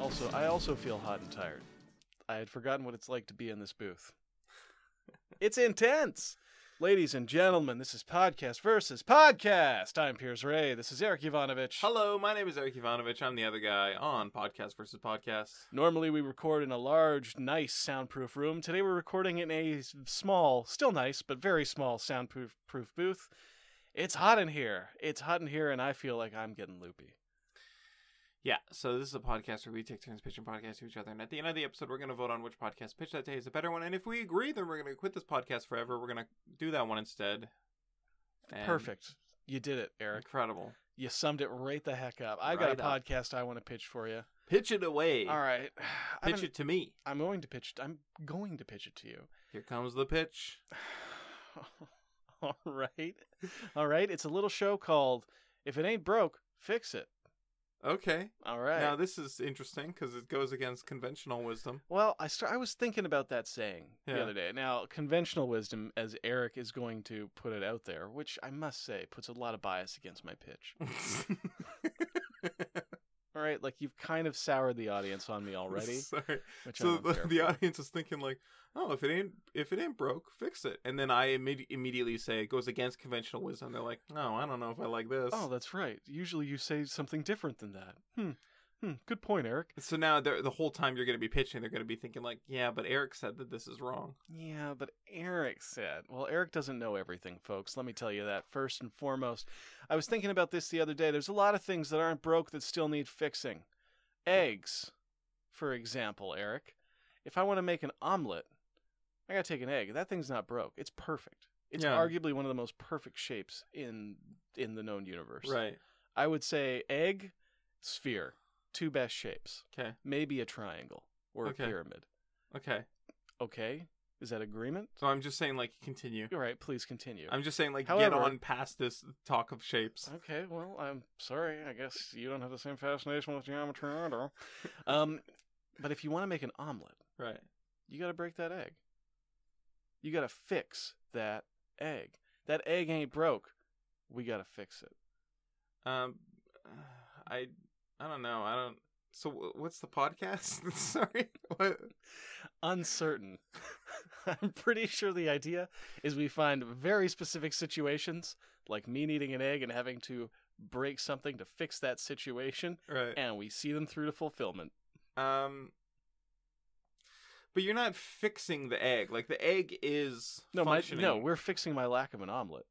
also I also feel hot and tired. I had forgotten what it's like to be in this booth. it's intense. Ladies and gentlemen, this is podcast versus podcast. I'm Piers Ray. This is Eric Ivanovich. Hello, my name is Eric Ivanovich. I'm the other guy on Podcast versus Podcast. Normally we record in a large, nice soundproof room. Today we're recording in a s- small, still nice, but very small soundproof proof booth. It's hot in here. It's hot in here and I feel like I'm getting loopy. Yeah, so this is a podcast where we take turns pitching podcasts to each other, and at the end of the episode, we're going to vote on which podcast pitch that day is the better one. And if we agree, then we're going to quit this podcast forever. We're going to do that one instead. And- Perfect. You did it, Eric. Incredible. You summed it right the heck up. I've got Right a up. podcast I want to pitch for you. Pitch it away. All right. I've Pitch been- it to me. I'm going to pitch. I'm going to pitch it to you. Here comes the pitch. All right. All right. It's a little show called If It Ain't Broke, Fix It. Okay. All right. Now, this is interesting because it goes against conventional wisdom. well, I start, I was thinking about that saying the Yeah. other day. Now, conventional wisdom, as Eric is going to put it out there, which I must say puts a lot of bias against my pitch. All right, like you've kind of soured the audience on me already. Sorry. Which I so don't the, care the for. audience is thinking like oh if it ain't if it ain't broke fix it and then i imme- immediately say it goes against conventional wisdom they're like no i don't know if i like this Oh, that's right. Usually you say something different than that. Hmm. Hmm. Good point, Eric. so now they're, the whole time you're going to be pitching they're going to be thinking like yeah but eric said that this is wrong Yeah, but Eric said, well, Eric doesn't know everything, folks. Let me tell you that first and foremost. I was thinking about this the other day. There's a lot of things that aren't broke that still need fixing. Eggs, for example, Eric. If I want to make an omelet, I got to take an egg. That thing's not broke. It's perfect. It's Yeah. arguably one of the most perfect shapes in in the known universe. right I would say egg, sphere, two best shapes. okay Maybe a triangle or Okay. a pyramid. okay Okay? Is that agreement? so i'm just saying like continue All right, please continue. i'm just saying like get However- on past this talk of shapes Okay, well, I'm sorry. I guess you don't have the same fascination with geometry I do. Um, but if you want to make an omelet, right you got to break that egg. You got to fix that egg. That egg ain't broke. We got to fix it. um i i don't know i don't so wh- what's the podcast sorry what Uncertain. I'm pretty sure the idea is we find very specific situations, like me needing an egg and having to break something to fix that situation, right and we see them through to fulfillment. Um, but you're not fixing the egg. Like the egg is No, my, functioning, no, we're fixing my lack of an omelet.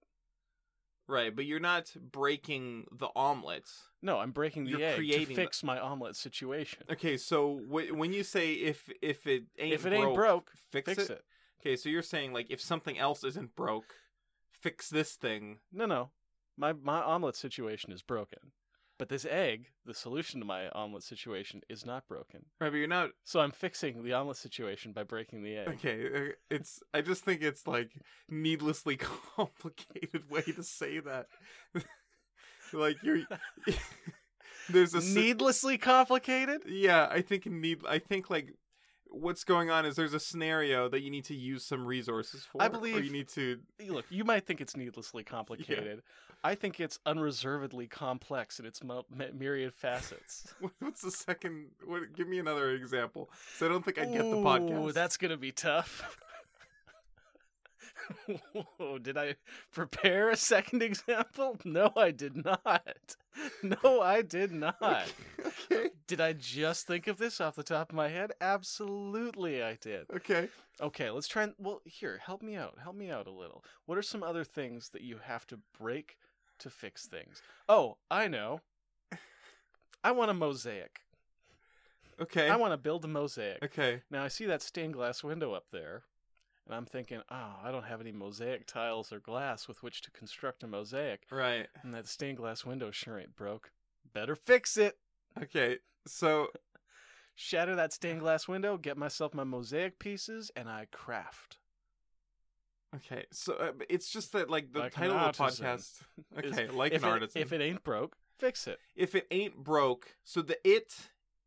right. But you're not breaking the omelet. No, I'm breaking the You're egg to creating the- fix my omelet situation. Okay, so w- when you say if if it ain't If it ain't broke, fix, Fix it. it. Okay, so you're saying like if something else isn't broke, fix this thing. No, no. My my omelet situation is broken. But this egg, the solution to my omelet situation is not broken. Right, but you're not. So I'm fixing the omelet situation by breaking the egg. Okay, uh, it's. I just think it's like needlessly complicated way to say that. like you're. there's a s- Needlessly complicated? Yeah, I think need. I think like what's going on is there's a scenario that you need to use some resources for. I Or believe- you need to. Look, you might think it's needlessly complicated. I think it's unreservedly complex in its mu- my- myriad facets. what- What's the second? What? Give me another example. So I don't think I get the Ooh, podcast. That's gonna be tough. Whoa, did I prepare a second example? No, I did not. No, I did not. okay. Did I just think of this off the top of my head? Absolutely, I did. Okay. Okay, let's try and. Well, here, help me out. Help me out a little. What are some other things that you have to break to fix things? Oh, I know. I want a mosaic. Okay. I want to build a mosaic. okay. Now I see that stained glass window up there, and I'm thinking, oh, I don't have any mosaic tiles or glass with which to construct a mosaic. Right. And that stained glass window sure ain't broke. Better fix it. Okay. So Shatter that stained glass window, get myself my mosaic pieces, and I craft. okay. So uh, it's just that like the Like an title of the artisan. podcast. Is- Okay. like if an it- artisan. If it ain't broke, fix it. if it ain't broke, so the it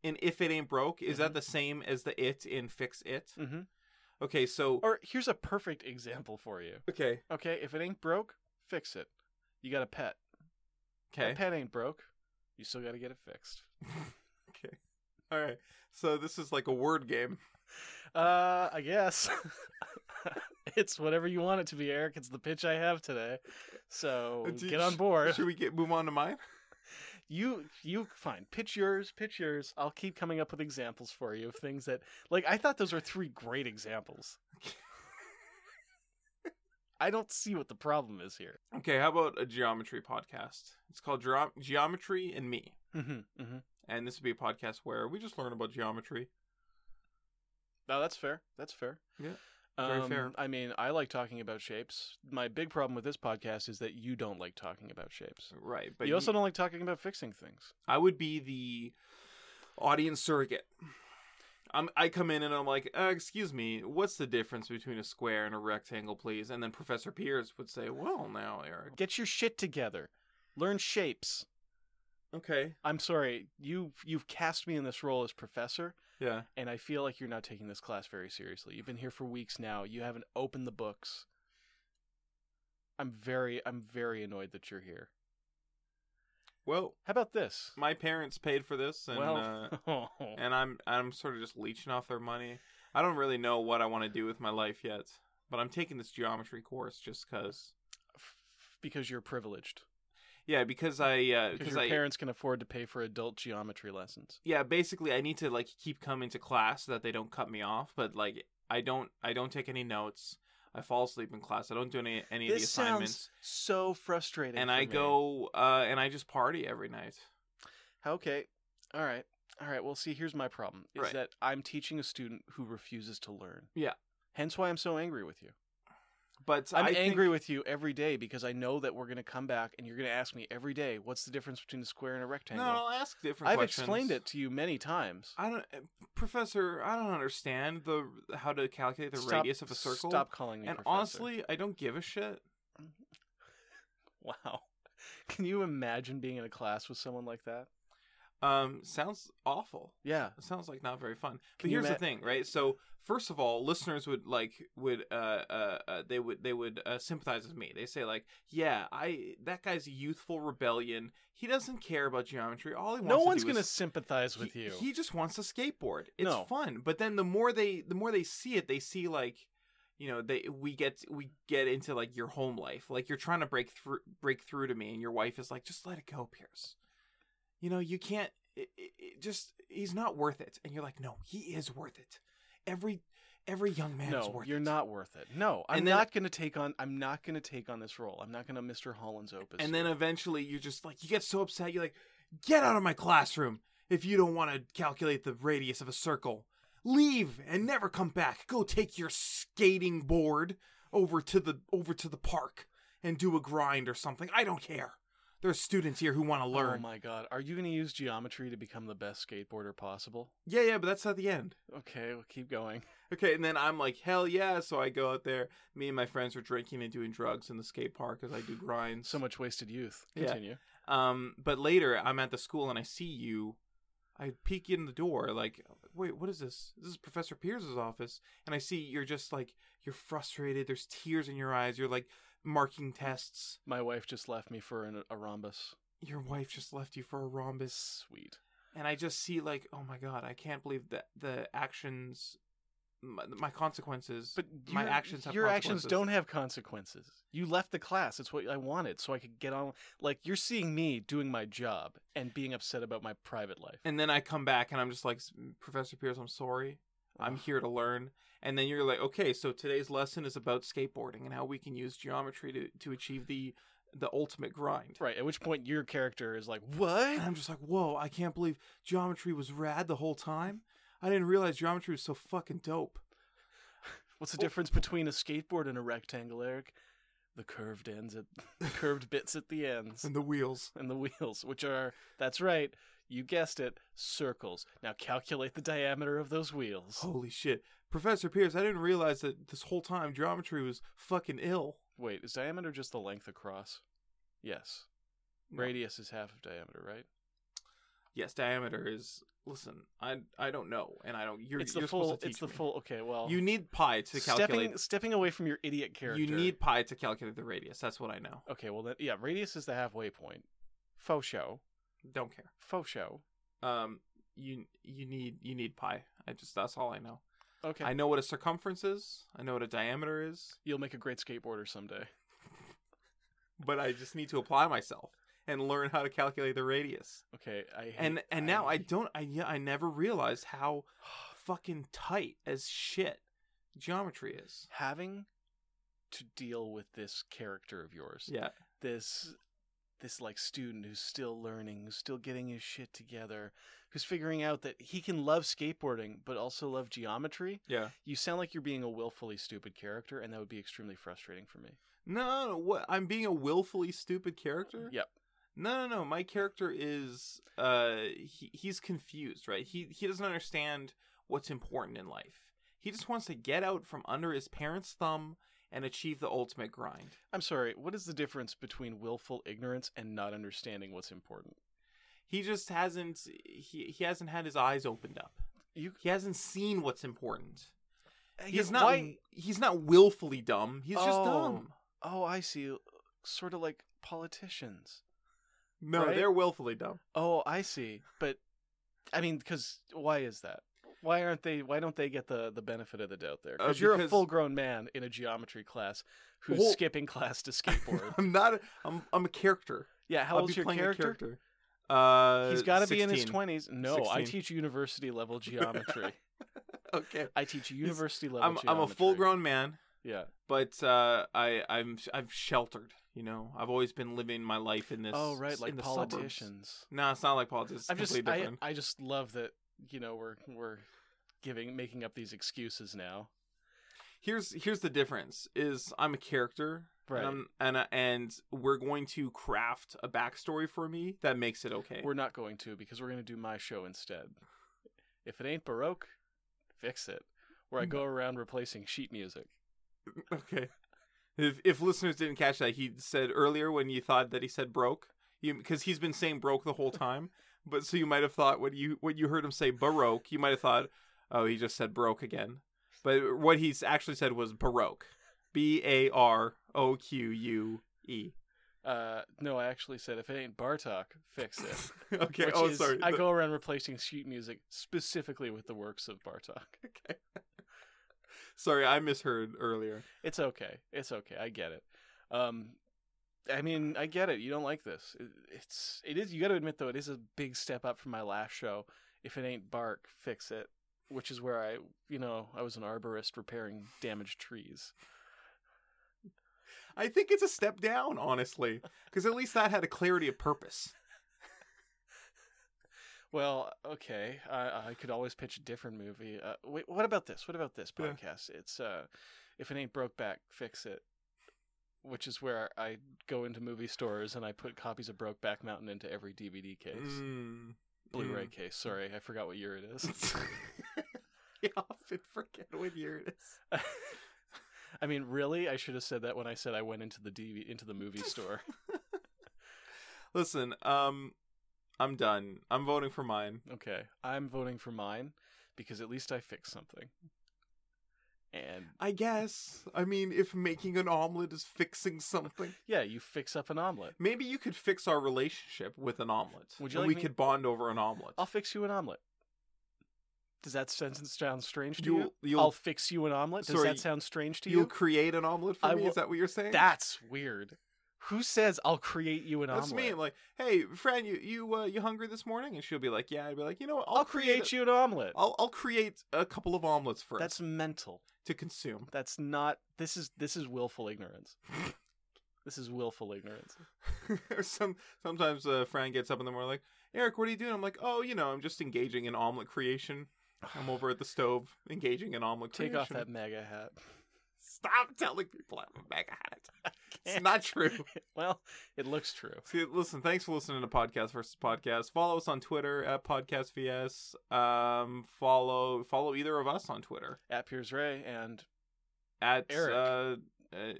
in if it ain't broke is Mm-hmm. that the same as the it in fix it? hmm Okay. So Or here's a perfect example for you. okay. Okay, if it ain't broke, fix it. You got a pet. Okay. That pet ain't broke. You still got to get it fixed. okay. All right. So this is like a word game. Uh, I guess it's whatever you want it to be, Eric. It's the pitch I have today. So Do you- get on board. Should we get move on to mine? You you fine. Pitch yours. Pitch yours. I'll keep coming up with examples for you of things that like I thought those were three great examples. I don't see what the problem is here. Okay, how about a geometry podcast? It's called Geo- Geometry and Me. Mm-hmm, mm-hmm. And this would be a podcast where we just learn about geometry. No, that's fair. That's fair. Um, Yeah, very fair. I mean, I like talking about shapes. My big problem with this podcast is that you don't like talking about shapes. Right. But you also don't like talking about fixing things. I would be the audience surrogate. I'm, I come in and I'm like, uh, excuse me, what's the difference between a square and a rectangle, please? And then Professor Pierce would say, well, now, Eric. Get your shit together. Learn shapes. Okay. I'm sorry. You you've cast me in this role as professor. Yeah. and I feel like you're not taking this class very seriously. You've been here for weeks now. You haven't opened the books. I'm very I'm very annoyed that you're here. Well, How about this? my parents paid for this, and uh, well, and I'm I'm sort of just leeching off their money. I don't really know what I want to do with my life yet, but I'm taking this geometry course just because. because you're privileged. Yeah, because I uh, Because because your I parents can afford to pay for adult geometry lessons. yeah basically I need to like keep coming to class so that they don't cut me off. But like I don't I don't take any notes. I fall asleep in class. I don't do any any of the This sounds assignments. so frustrating. And for I me. go uh, and I just party every night. Okay. All right. All right. Well, see, here's my problem is Right. that I'm teaching a student who refuses to learn. Yeah. Hence why I'm so angry with you. But I'm I think- angry with you every day because I know that we're going to come back and you're going to ask me every day, what's the difference between a square and a rectangle? No, I'll ask different. I've questions. explained it to you many times. I don't, eh, Professor. I don't understand the how to calculate the Stop- radius of a circle. Stop calling me and professor. honestly, I don't give a shit. wow. Can you imagine being in a class with someone like that? Um, sounds awful. Yeah. It sounds like not very fun. But Can you here's ma- the thing, right? So first of all, listeners would like would uh uh, uh they would they would uh, sympathize with me. They say like, yeah, I that guy's youthful rebellion. He doesn't care about geometry. All he wants No to one's do going to is sympathize he- with you. He just wants to skateboard. It's No. fun. But then the more they the more they see it, they see like you know they we get we get into like your home life. Like you're trying to break through break through to me, and your wife is like, just let it go, Pierce. You know you can't. It, it, it just he's not worth it. And you're like, no, he is worth it. Every every young man is no, worth you're it. not worth it. No, I'm then- not going to take on I'm not going to take on this role. I'm not going to Mr. Holland's opus. And then eventually you're just like you get so upset you're like get out of my classroom if you don't want to calculate the radius of a circle. Leave and never come back. Go take your skating board over to the over to the park and do a grind or something. I don't care. There's students here who want to oh learn. my god, are you going to use geometry to become the best skateboarder possible? yeah, yeah, but that's not the end. Okay, well, keep going. Okay, and then I'm like, hell yeah! So I go out there. Me and my friends are drinking and doing drugs in the skate park as I do grinds. So much wasted youth. Yeah. Continue. Um, but later I'm at the school and I see you. I peek in the door, like, wait, what is this? This is Professor Pierce's office, and I see you're just like you're frustrated. There's tears in your eyes. You're like marking tests. My wife just left me for an, a rhombus. Your wife just left you for a rhombus, Sweet. and I just see like, oh my god, I can't believe that the actions, my, my consequences. But My your- actions have your actions consequences. don't have consequences. You left the class. It's what I wanted, so I could get on. Like you're seeing me doing my job and being upset about my private life. and then I come back and I'm just like, Professor Pierce, I'm sorry. I'm here to learn. And then you're like, okay, so today's lesson is about skateboarding and how we can use geometry to, to achieve the the ultimate grind. Right. At which point your character is like, "What? And I'm just like, whoa, I can't believe geometry was rad the whole time. I didn't realize geometry was so fucking dope. What's the Oh. difference between a skateboard and a rectangle, Eric? The curved ends at the curved bits at the ends." And the wheels. and the wheels, which are, that's right, you guessed it, circles. Now calculate the diameter of those wheels. Holy shit. Professor Pierce, I didn't realize that this whole time geometry was fucking ill. Wait, is diameter just the length across? Yes. No. Radius is half of diameter, right? Yes, diameter is listen, I I don't know and I don't you're it's the you're full. supposed to teach it's the me. full. Okay, well, You need pi to calculate. stepping stepping away from your idiot character. You need pi to calculate the radius. That's what I know. Okay, well then, yeah, radius is the halfway point. Faux show. Don't care. Faux show. Um, you you need you need pi. I just that's all I know. Okay. I know what a circumference is. I know what a diameter is, You'll make a great skateboarder someday. but I just need to apply myself and learn how to calculate the radius. Okay. I hate, And and now I don't I yeah, I never realized how fucking tight as shit geometry is. having to deal with this character of yours. Yeah. This this like student who's still learning, who's still getting his shit together, who's figuring out that he can love skateboarding but also love geometry. Yeah. You sound like you're being a willfully stupid character, and that would be extremely frustrating for me. No, no, what I'm being a willfully stupid character? Yep. No, no, no. My character is uh he, he's confused, right? He he doesn't understand what's important in life. He just wants to get out from under his parents' thumb and achieve the ultimate grind. I'm sorry. What is the difference between willful ignorance and not understanding what's important? He just hasn't he, he hasn't had his eyes opened up. You He hasn't seen what's important. He's Yeah, not why- he's not willfully dumb. He's just Oh. dumb. Oh, I see. Sort of like politicians. No, Right? they're willfully dumb. Oh, I see. But I mean, because why is that? Why aren't they? Why don't they get the the benefit of the doubt there? Uh, Cause you're a because- full grown man in a geometry class who's Well- skipping class to skateboard. I'm not a, I'm I'm a character. yeah, how I'll old's be your playing a character? Uh He's got to be in his 16. twenties. No, I 16. teach university level geometry. Okay. I teach university level. I'm I'm a geometry. full grown man. Yeah. but uh, I I'm I'm sheltered. You know, I've always been living my life in this. oh right, like in the suburbs. politicians. No, it's not like politics. It's I'm just. completely I, different. I just love that you know we're we're giving making up these excuses now. Here's here's the difference: is I'm a character, Right. And, I'm, and I- and we're going to craft a backstory for me that makes it okay. We're not going to because we're going to do my show instead. If it ain't Baroque, fix it. Where I go Hmm. around replacing sheet music. okay. If if listeners didn't catch that, he said earlier when you thought that he said broke, you because he's been saying broke the whole time. But so you might have thought when you when you heard him say baroque, you might have thought, oh, he just said broke again. But what he's actually said was baroque, B A R O Q U E. Uh, no, I actually said if it ain't Bartok, fix it. Okay. Which oh, is, sorry. I go around replacing sheet music specifically with the works of Bartok. sorry, I misheard earlier. It's okay. It's okay. I get it. Um, I mean, I get it. You don't like this. It, it's it is. You got to admit though, it is a big step up from my last show. If it ain't bark, fix it. Which is where I, you know, I was an arborist repairing damaged trees. I think it's a step down, honestly, because at least that had a clarity of purpose. Well, okay. I, I could always pitch a different movie. Uh, wait, what about this? What about this Yeah. podcast? It's uh, if it ain't broke back, fix it. Which is where I go into movie stores and I put copies of Brokeback Mountain into every DVD case. Mm. Blu-ray case. Sorry, I forgot what year it is. I often forget what year it is. I mean, really, I should have said that when I said I went into the DV- into the movie store. Listen, um, I'm done. I'm voting for mine. Okay, I'm voting for mine because at least I fixed something. And I guess. I mean, if making an omelet is fixing something, yeah, you fix up an omelet. maybe you could fix our relationship with an omelet. Would you and like we me- could bond over an omelet. I'll fix you an omelet. Does that sentence sound strange to You'll- you? you'll- I'll fix you an omelet. Does Sorry, that sound strange to You'll you? create an omelet for I me. will- Is that what you're saying? That's weird. Who says I'll create you an That's omelet? me. I'm like, hey, Fran, you you uh, you hungry this morning? And she'll be like, yeah. I'd be like, you know what? I'll, I'll create you an omelet. I'll I'll create a couple of omelets for That's us mental. to consume. That's not. This is this is willful ignorance. this is willful ignorance. or some sometimes uh, Fran gets up in the morning like, Eric, what are you doing? I'm like, oh, you know, I'm just engaging in omelet creation. I'm over at the stove engaging in omelet Take creation. off that mega hat. Stop telling people I'm a mega hat. It's not true. Well, it looks true. See, listen, thanks for listening to Podcast versus Podcast. Follow us on Twitter at Podcast VS. Um, follow follow either of us on Twitter At Piers Ray and at Eric. Uh, uh,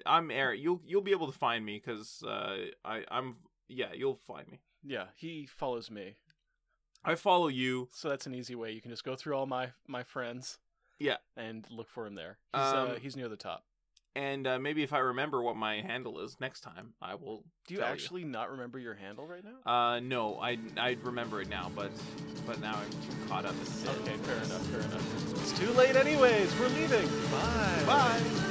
I'm Eric. You'll you'll be able to find me because uh, I I'm yeah you'll find me. yeah, he follows me. I follow you. So that's an easy way. You can just go through all my my friends. Yeah. And look for him there. He's uh, Um, he's near the top. And uh, maybe if I remember what my handle is next time, I will. Do you tell actually not remember your handle right now? Uh, no, I I remember it now, but but now I'm too caught up. in it. Okay, fair enough, fair enough. It's too late, anyways. We're leaving. Bye. Bye.